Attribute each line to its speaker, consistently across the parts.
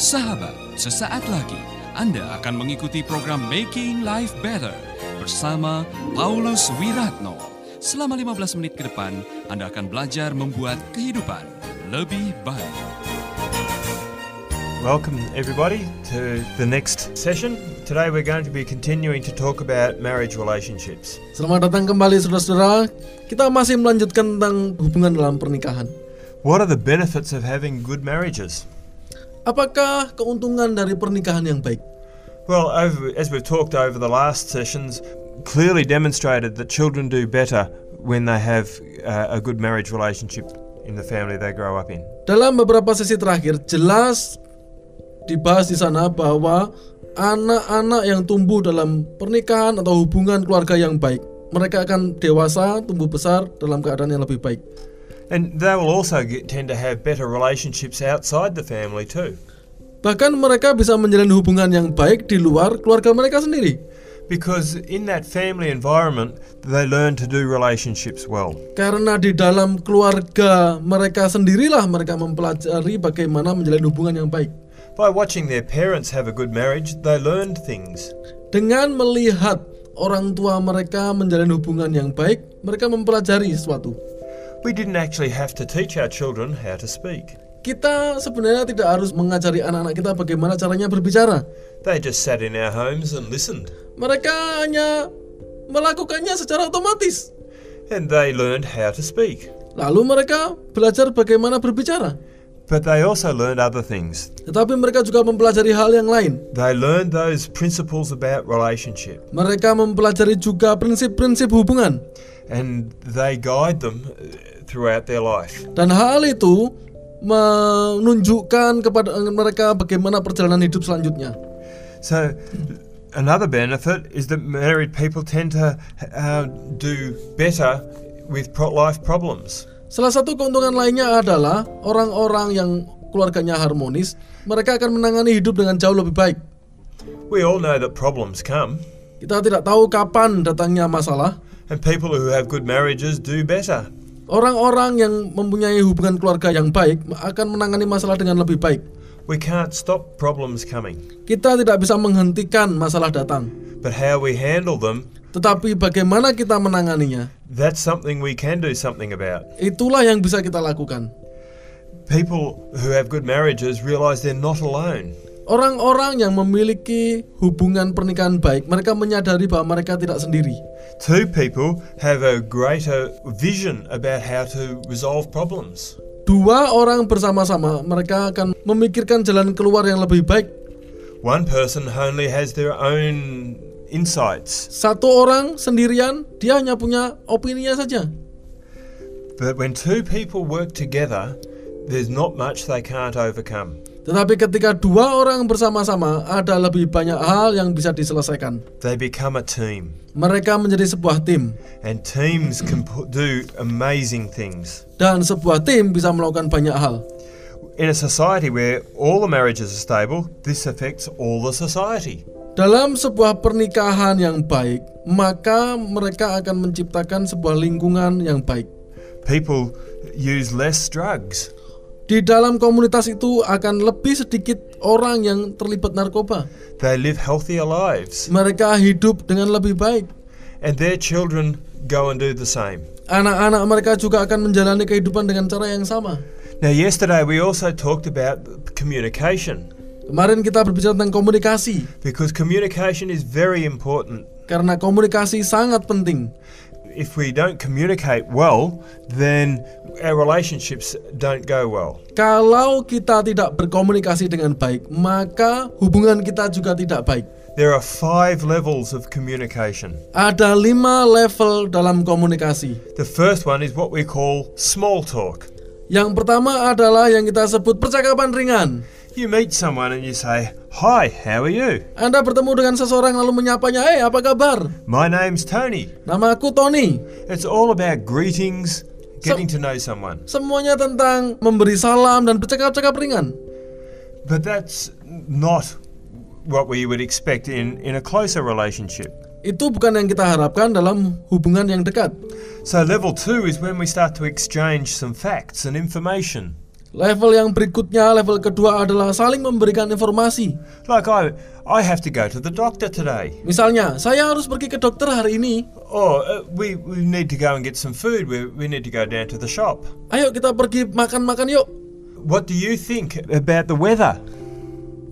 Speaker 1: Sahabat, sesaat lagi Anda akan mengikuti program Making Life Better bersama Paulus Wiratno. Selama 15 menit ke depan, Anda akan belajar membuat kehidupan lebih baik.
Speaker 2: Welcome, everybody, to the next session. Today, we're going to be continuing to talk about marriage relationships.
Speaker 3: Selamat datang kembali saudara-saudara. Kita masih melanjutkan tentang hubungan dalam pernikahan.
Speaker 2: What are the benefits of having good marriages?
Speaker 3: Apakah keuntungan dari pernikahan yang baik?
Speaker 2: Well, over, as we've talked over the last sessions, clearly demonstrated that children do better when they have uh, a good marriage relationship in the family they grow up in.
Speaker 3: Dalam beberapa sesi terakhir jelas dibahas di sana bahwa anak-anak yang tumbuh dalam pernikahan atau hubungan keluarga yang baik, mereka akan dewasa, tumbuh besar dalam keadaan yang lebih baik.
Speaker 2: And they will also get, tend to have better relationships outside the family, too,
Speaker 3: Bahkan mereka bisa menjalin hubungan yang baik di luar keluarga mereka sendiri.
Speaker 2: because in that family environment, they learn to do relationships well.
Speaker 3: Karena di dalam keluarga mereka sendirilah mereka mempelajari bagaimana menjalin hubungan yang baik.
Speaker 2: By watching their parents have a good marriage, they learned things.
Speaker 3: Dengan melihat orang tua mereka menjalin hubungan yang baik, mereka mempelajari sesuatu.
Speaker 2: We didn't actually have to teach our children how to speak.
Speaker 3: Kita sebenarnya tidak harus mengajari anak-anak kita bagaimana caranya berbicara.
Speaker 2: They just sat in our homes and listened,
Speaker 3: Mereka hanya melakukannya secara otomatis.
Speaker 2: and they learned how to speak.
Speaker 3: Lalu mereka belajar bagaimana berbicara.
Speaker 2: But they also learned other things.
Speaker 3: Tetapi mereka juga mempelajari hal yang lain.
Speaker 2: They learned those principles about relationship,
Speaker 3: Mereka mempelajari juga prinsip-prinsip hubungan.
Speaker 2: and they guide them uh, throughout their life.
Speaker 3: Dan hal itu menunjukkan kepada mereka bagaimana perjalanan hidup selanjutnya.
Speaker 2: So, another benefit is that married people tend to uh, do better with pro- life problems.
Speaker 3: Salah satu keuntungan lainnya adalah orang-orang yang keluarganya harmonis, mereka akan menangani hidup dengan jauh lebih baik.
Speaker 2: We all know that problems come,
Speaker 3: Kita tidak tahu kapan datangnya masalah.
Speaker 2: and people who have good marriages do better.
Speaker 3: Orang-orang yang mempunyai hubungan keluarga yang baik akan menangani masalah dengan lebih baik.
Speaker 2: We can't stop problems coming,
Speaker 3: Kita tidak bisa menghentikan masalah datang,
Speaker 2: but how we handle them,
Speaker 3: tetapi bagaimana kita menanganinya,
Speaker 2: that's something we can do something about.
Speaker 3: itulah yang bisa kita lakukan.
Speaker 2: People who have good marriages realise they're not alone.
Speaker 3: Orang-orang yang memiliki hubungan pernikahan baik, mereka menyadari bahwa mereka tidak sendiri.
Speaker 2: Two people have a greater vision about how to resolve problems.
Speaker 3: Dua orang bersama-sama, mereka akan memikirkan jalan keluar yang lebih baik.
Speaker 2: One person only has their own insights,
Speaker 3: Satu orang sendirian, dia hanya punya opininya saja.
Speaker 2: but when two people work together, there's not much they can't overcome.
Speaker 3: Tetapi ketika dua orang bersama-sama, ada lebih banyak hal yang bisa diselesaikan.
Speaker 2: They become a team,
Speaker 3: Mereka menjadi sebuah tim,
Speaker 2: and teams can pu- do amazing things.
Speaker 3: dan sebuah tim bisa melakukan banyak hal.
Speaker 2: In a society where all the marriages are stable, this affects all the society.
Speaker 3: Dalam sebuah pernikahan yang baik, maka mereka akan menciptakan sebuah lingkungan yang baik.
Speaker 2: People use less drugs.
Speaker 3: Di dalam komunitas itu akan lebih sedikit orang yang terlibat narkoba.
Speaker 2: They live healthier lives,
Speaker 3: Mereka hidup dengan lebih baik.
Speaker 2: and their children go and do the same.
Speaker 3: Anak-anak mereka juga akan menjalani kehidupan dengan cara yang sama.
Speaker 2: Now, yesterday we also talked about communication
Speaker 3: Kemarin kita berbicara tentang komunikasi,
Speaker 2: because communication is very important.
Speaker 3: karena komunikasi sangat penting.
Speaker 2: If we don't communicate well, then our relationships don't go well.
Speaker 3: Kalau kita tidak berkomunikasi dengan baik, maka hubungan kita juga tidak baik.
Speaker 2: There are five levels of communication.
Speaker 3: Ada lima level dalam komunikasi.
Speaker 2: The first one is what we call small talk.
Speaker 3: Yang pertama adalah yang kita sebut percakapan ringan.
Speaker 2: You meet someone and you say, Hi, how are you?
Speaker 3: Anda bertemu dengan seseorang lalu menyapanya, "Eh, apa kabar?"
Speaker 2: My name's Tony.
Speaker 3: Nama aku Tony.
Speaker 2: It's all about greetings, getting to know someone.
Speaker 3: Semuanya tentang memberi salam dan bercakap-cakap ringan.
Speaker 2: But that's not what we would expect in, in a closer relationship.
Speaker 3: Itu bukan yang kita harapkan dalam hubungan yang dekat.
Speaker 2: So, level two is when we start to exchange some facts and information.
Speaker 3: Level yang berikutnya, level kedua adalah saling memberikan informasi.
Speaker 2: Like, I, I have to go to the doctor today,
Speaker 3: Misalnya, saya harus pergi ke dokter hari ini.
Speaker 2: or uh, we, we need to go and get some food, we, we need to go down to the shop.
Speaker 3: Ayo kita pergi makan-makan yuk.
Speaker 2: What do you think about the weather?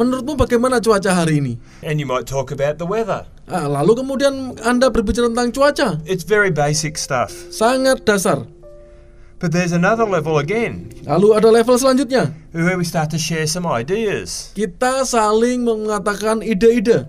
Speaker 3: Menurutmu bagaimana cuaca hari ini?
Speaker 2: And you might talk about the weather.
Speaker 3: Ah, lalu kemudian Anda berbicara tentang cuaca.
Speaker 2: It's very basic stuff.
Speaker 3: Sangat dasar.
Speaker 2: But there's another level again
Speaker 3: Lalu ada level selanjutnya.
Speaker 2: where we start to share some ideas.
Speaker 3: Kita saling mengatakan ide-ide.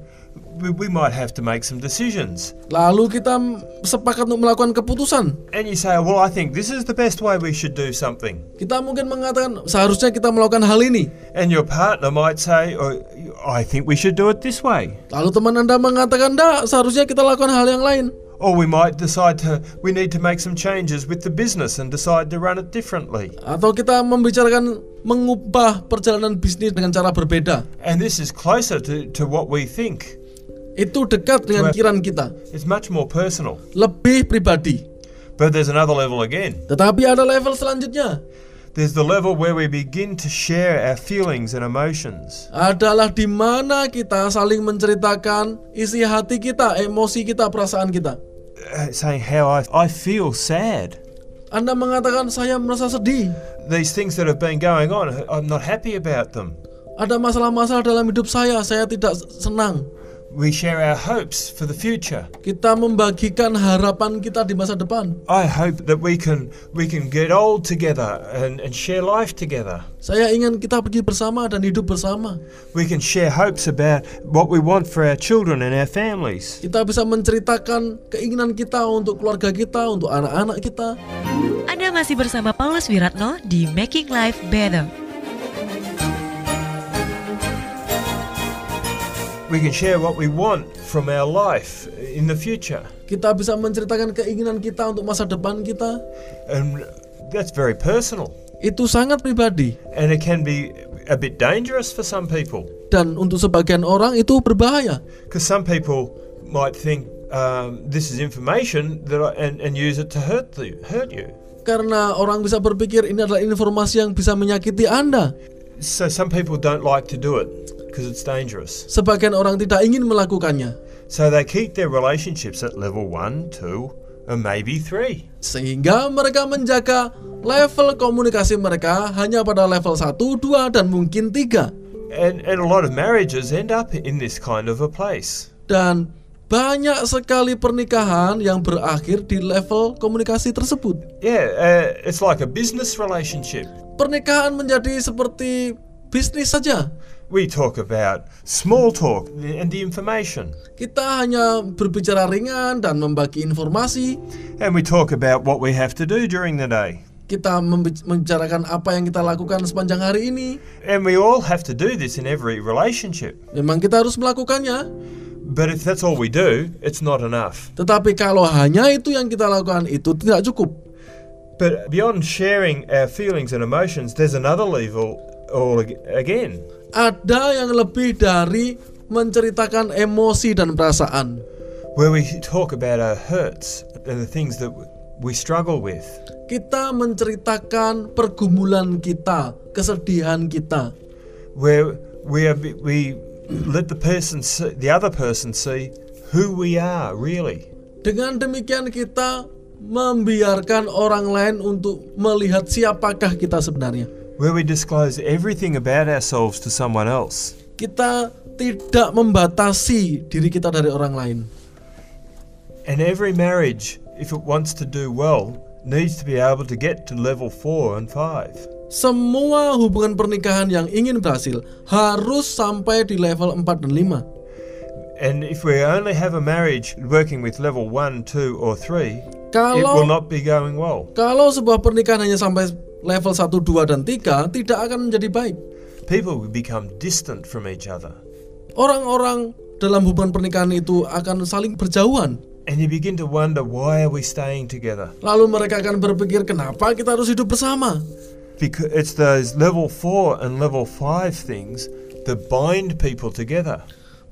Speaker 2: We, we might have to make some decisions.
Speaker 3: Lalu kita m- sepakat untuk melakukan keputusan.
Speaker 2: And you say, well, I think this is the best way we should do something.
Speaker 3: Kita mungkin mengatakan seharusnya kita melakukan hal ini.
Speaker 2: And your partner might say, oh, I think we should do it this way.
Speaker 3: Lalu teman Anda mengatakan, "Tidak, seharusnya kita lakukan hal yang lain."
Speaker 2: Or we might decide to, we need to make some changes with the business and decide to run it differently.
Speaker 3: Atau kita membicarakan mengubah perjalanan bisnis dengan cara berbeda.
Speaker 2: And this is closer to, to what we think.
Speaker 3: Itu dekat dengan pikiran kita,
Speaker 2: It's much more personal.
Speaker 3: lebih pribadi.
Speaker 2: But there's another level again.
Speaker 3: Tetapi ada level selanjutnya.
Speaker 2: There's the level where we begin to share our feelings and emotions.
Speaker 3: Adalah di mana kita saling menceritakan isi hati kita, emosi kita, perasaan kita.
Speaker 2: Uh, saying how I, I feel sad.
Speaker 3: Anda mengatakan saya merasa sedih.
Speaker 2: These things that have been going on, I'm not happy about them.
Speaker 3: Ada masalah-masalah dalam hidup saya, saya tidak senang.
Speaker 2: We share our hopes for the future.
Speaker 3: Kita membagikan harapan kita di masa depan.
Speaker 2: I hope that we can we can get old together and, and share life together.
Speaker 3: Saya ingin kita pergi bersama dan hidup bersama.
Speaker 2: We can share hopes about what we want for our children and our families.
Speaker 3: Kita bisa menceritakan keinginan kita untuk keluarga kita, untuk anak-anak kita.
Speaker 4: Anda masih bersama Paulus Wiratno di Making Life Better.
Speaker 2: We can share what we want from our life in the future.
Speaker 3: Kita bisa menceritakan keinginan kita untuk masa depan kita.
Speaker 2: And that's very personal.
Speaker 3: Itu sangat pribadi
Speaker 2: And it can be a bit dangerous for some people.
Speaker 3: dan untuk sebagian orang itu berbahaya.
Speaker 2: Because some people might think um, this is information that I, and, and use it to hurt you, hurt you.
Speaker 3: Karena orang bisa berpikir ini adalah informasi yang bisa menyakiti Anda.
Speaker 2: So some people don't like to do it because it's dangerous.
Speaker 3: Sebagian orang tidak ingin melakukannya.
Speaker 2: So they keep their relationships at level one, two, and maybe three.
Speaker 3: Sehingga mereka menjaga level komunikasi mereka hanya pada level 1, 2, dan mungkin 3.
Speaker 2: And, and a lot of marriages end up in this kind of a place.
Speaker 3: Dan banyak sekali pernikahan yang berakhir di level komunikasi tersebut.
Speaker 2: Yeah, uh, it's like a business relationship.
Speaker 3: Pernikahan menjadi seperti bisnis saja.
Speaker 2: We talk about small talk and the information.
Speaker 3: Kita hanya berbicara ringan dan membagi informasi.
Speaker 2: And we talk about what we have to do during the day.
Speaker 3: Kita membic- membicarakan apa yang kita lakukan sepanjang hari ini.
Speaker 2: And we all have to do this in every relationship.
Speaker 3: Memang kita harus melakukannya,
Speaker 2: But if that's all we do, it's not enough.
Speaker 3: tetapi kalau hanya itu yang kita lakukan itu tidak cukup.
Speaker 2: But beyond sharing our feelings and emotions, there's another level all ag- again.
Speaker 3: Ada yang lebih dari menceritakan emosi dan perasaan.
Speaker 2: where we talk about our hurts and the things that we struggle with.
Speaker 3: Kita menceritakan pergumulan kita, kesedihan kita.
Speaker 2: Where we are, we let the person see, the other person see who we are really.
Speaker 3: Dengan demikian kita membiarkan orang lain untuk melihat siapakah kita sebenarnya.
Speaker 2: Where we disclose everything about ourselves to someone else.
Speaker 3: Kita tidak membatasi diri kita dari orang lain.
Speaker 2: And every marriage, if it wants to do well, needs to be able to get to level 4 and 5.
Speaker 3: Semua hubungan pernikahan yang ingin berhasil harus sampai di level 4 dan 5.
Speaker 2: And if we only have a marriage working with level 1, 2 or 3, it
Speaker 3: Kalau
Speaker 2: will not be going well.
Speaker 3: kalau sebuah pernikahan hanya sampai level 1, 2 dan 3 tidak akan menjadi baik.
Speaker 2: People will become distant from each other.
Speaker 3: Orang-orang dalam hubungan pernikahan itu akan saling berjauhan.
Speaker 2: And you begin to wonder why are we staying together?
Speaker 3: Lalu mereka akan berpikir kenapa kita harus hidup bersama?
Speaker 2: Because it's those level 4 and level 5 things that bind people together.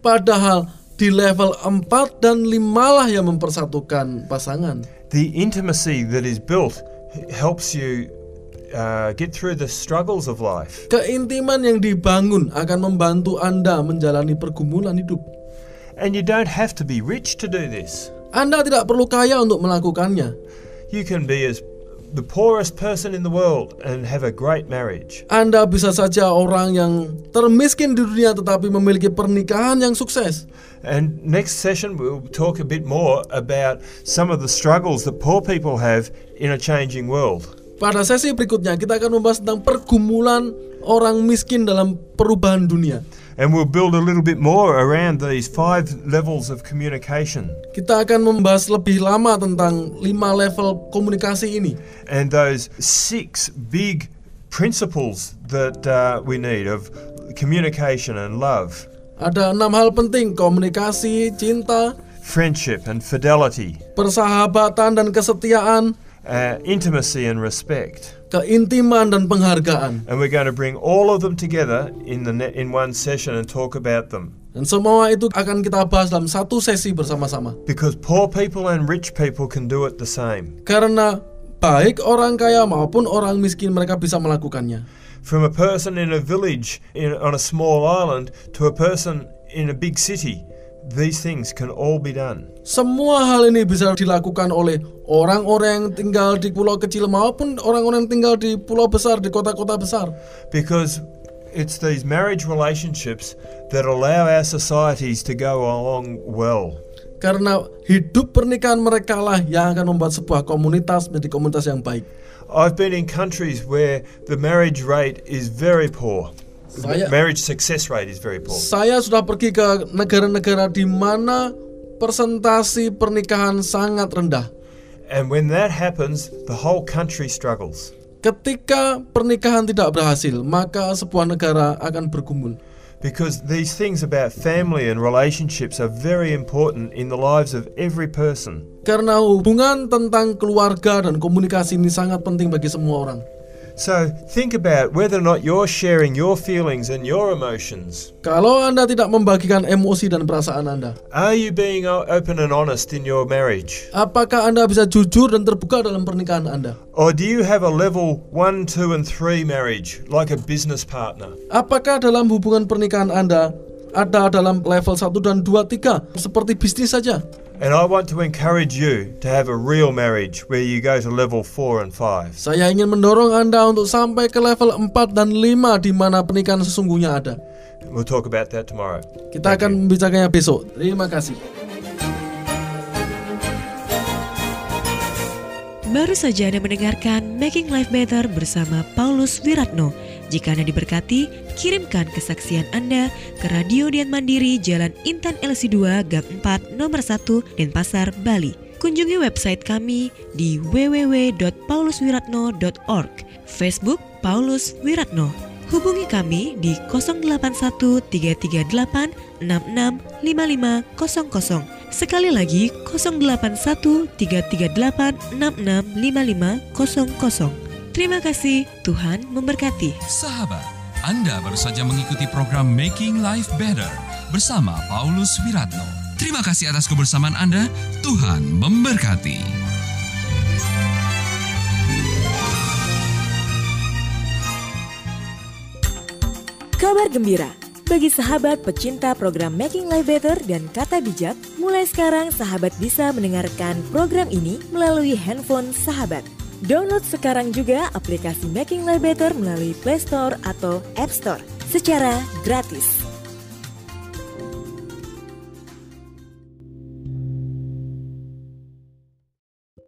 Speaker 3: Padahal di level 4 dan 5 lah yang mempersatukan pasangan.
Speaker 2: The intimacy that is built h- helps you uh, get through the struggles of life.
Speaker 3: Keintiman yang dibangun akan membantu Anda menjalani pergumulan hidup.
Speaker 2: And you don't have to be rich to do this.
Speaker 3: Anda tidak perlu kaya untuk melakukannya.
Speaker 2: You can be as the poorest person in the world and have a great marriage.
Speaker 3: Anda bisa saja orang yang termiskin di dunia tetapi memiliki pernikahan yang sukses.
Speaker 2: And next session, we'll talk a bit more about some of the struggles that poor people have in a changing world.
Speaker 3: Pada sesi berikutnya kita akan membahas tentang pergumulan orang miskin dalam perubahan dunia.
Speaker 2: And we'll build a little bit more around these five levels of communication
Speaker 3: Kita akan membahas lebih lama tentang 5 level komunikasi ini
Speaker 2: and those six big principles that uh, we need of communication and love,
Speaker 3: Ada enam hal penting: komunikasi, cinta,
Speaker 2: friendship and fidelity,
Speaker 3: persahabatan dan kesetiaan,
Speaker 2: uh, intimacy and respect.
Speaker 3: keintiman dan penghargaan.
Speaker 2: And we're going to bring all of them together in, the ne- in one session and talk about them.
Speaker 3: Dan semua itu akan kita bahas dalam satu sesi bersama-sama.
Speaker 2: Because poor people and rich people can do it the same.
Speaker 3: Karena baik orang kaya maupun orang miskin mereka bisa melakukannya.
Speaker 2: From a person in a village in, on a small island to a person in a big city, these things can all be done.
Speaker 3: Semua hal ini bisa dilakukan oleh orang-orang yang tinggal di pulau kecil maupun orang-orang yang tinggal di pulau besar di kota-kota besar.
Speaker 2: Because it's these marriage relationships that allow our societies to go along well.
Speaker 3: Karena hidup pernikahan mereka lah yang akan membuat sebuah komunitas menjadi komunitas yang baik.
Speaker 2: I've been in countries where the marriage rate is very poor. The
Speaker 3: Saya-
Speaker 2: marriage success rate is very poor.
Speaker 3: Saya sudah pergi ke negara-negara di mana persentasi pernikahan sangat rendah.
Speaker 2: And when that happens, the whole country struggles.
Speaker 3: Ketika pernikahan tidak berhasil, maka sebuah negara akan bergumul.
Speaker 2: Because these things about family and relationships are very important in the lives of every person.
Speaker 3: Karena hubungan tentang keluarga dan komunikasi ini sangat penting bagi semua orang.
Speaker 2: So think about whether or not you're sharing your feelings and your emotions.
Speaker 3: Kalau Anda tidak membagikan emosi dan perasaan Anda,
Speaker 2: Are you being o- open and honest in your marriage?
Speaker 3: apakah Anda bisa jujur dan terbuka dalam pernikahan Anda?
Speaker 2: Or do you have a level 1, 2, and 3 marriage, like a business partner?
Speaker 3: Apakah dalam hubungan pernikahan Anda ada dalam level 1 dan 2 3 seperti bisnis saja?
Speaker 2: And I want to encourage you to have a real marriage where you go to level 4 and 5.
Speaker 3: Saya ingin mendorong Anda untuk sampai ke level 4 dan 5 di mana pernikahan sesungguhnya ada.
Speaker 2: We'll talk about that tomorrow.
Speaker 3: Kita akan membicarakannya besok. Terima kasih.
Speaker 4: Baru saja Anda mendengarkan Making Life Better bersama Paulus Wiratno. Jika Anda diberkati, kirimkan kesaksian Anda ke Radio Dian Mandiri Jalan Intan LC2 Gang 4 Nomor 1 Denpasar, Bali. Kunjungi website kami di www.pauluswiratno.org, Facebook Paulus Wiratno. Hubungi kami di 081 338 665500. Sekali lagi 081338665500. Terima kasih, Tuhan memberkati.
Speaker 1: Sahabat, Anda baru saja mengikuti program Making Life Better bersama Paulus Wiratno. Terima kasih atas kebersamaan Anda. Tuhan memberkati.
Speaker 5: Kabar gembira bagi sahabat pecinta program Making Life Better dan Kata Bijak, mulai sekarang sahabat bisa mendengarkan program ini melalui handphone sahabat. Download sekarang juga aplikasi Making Life Better melalui Play Store atau App Store secara gratis.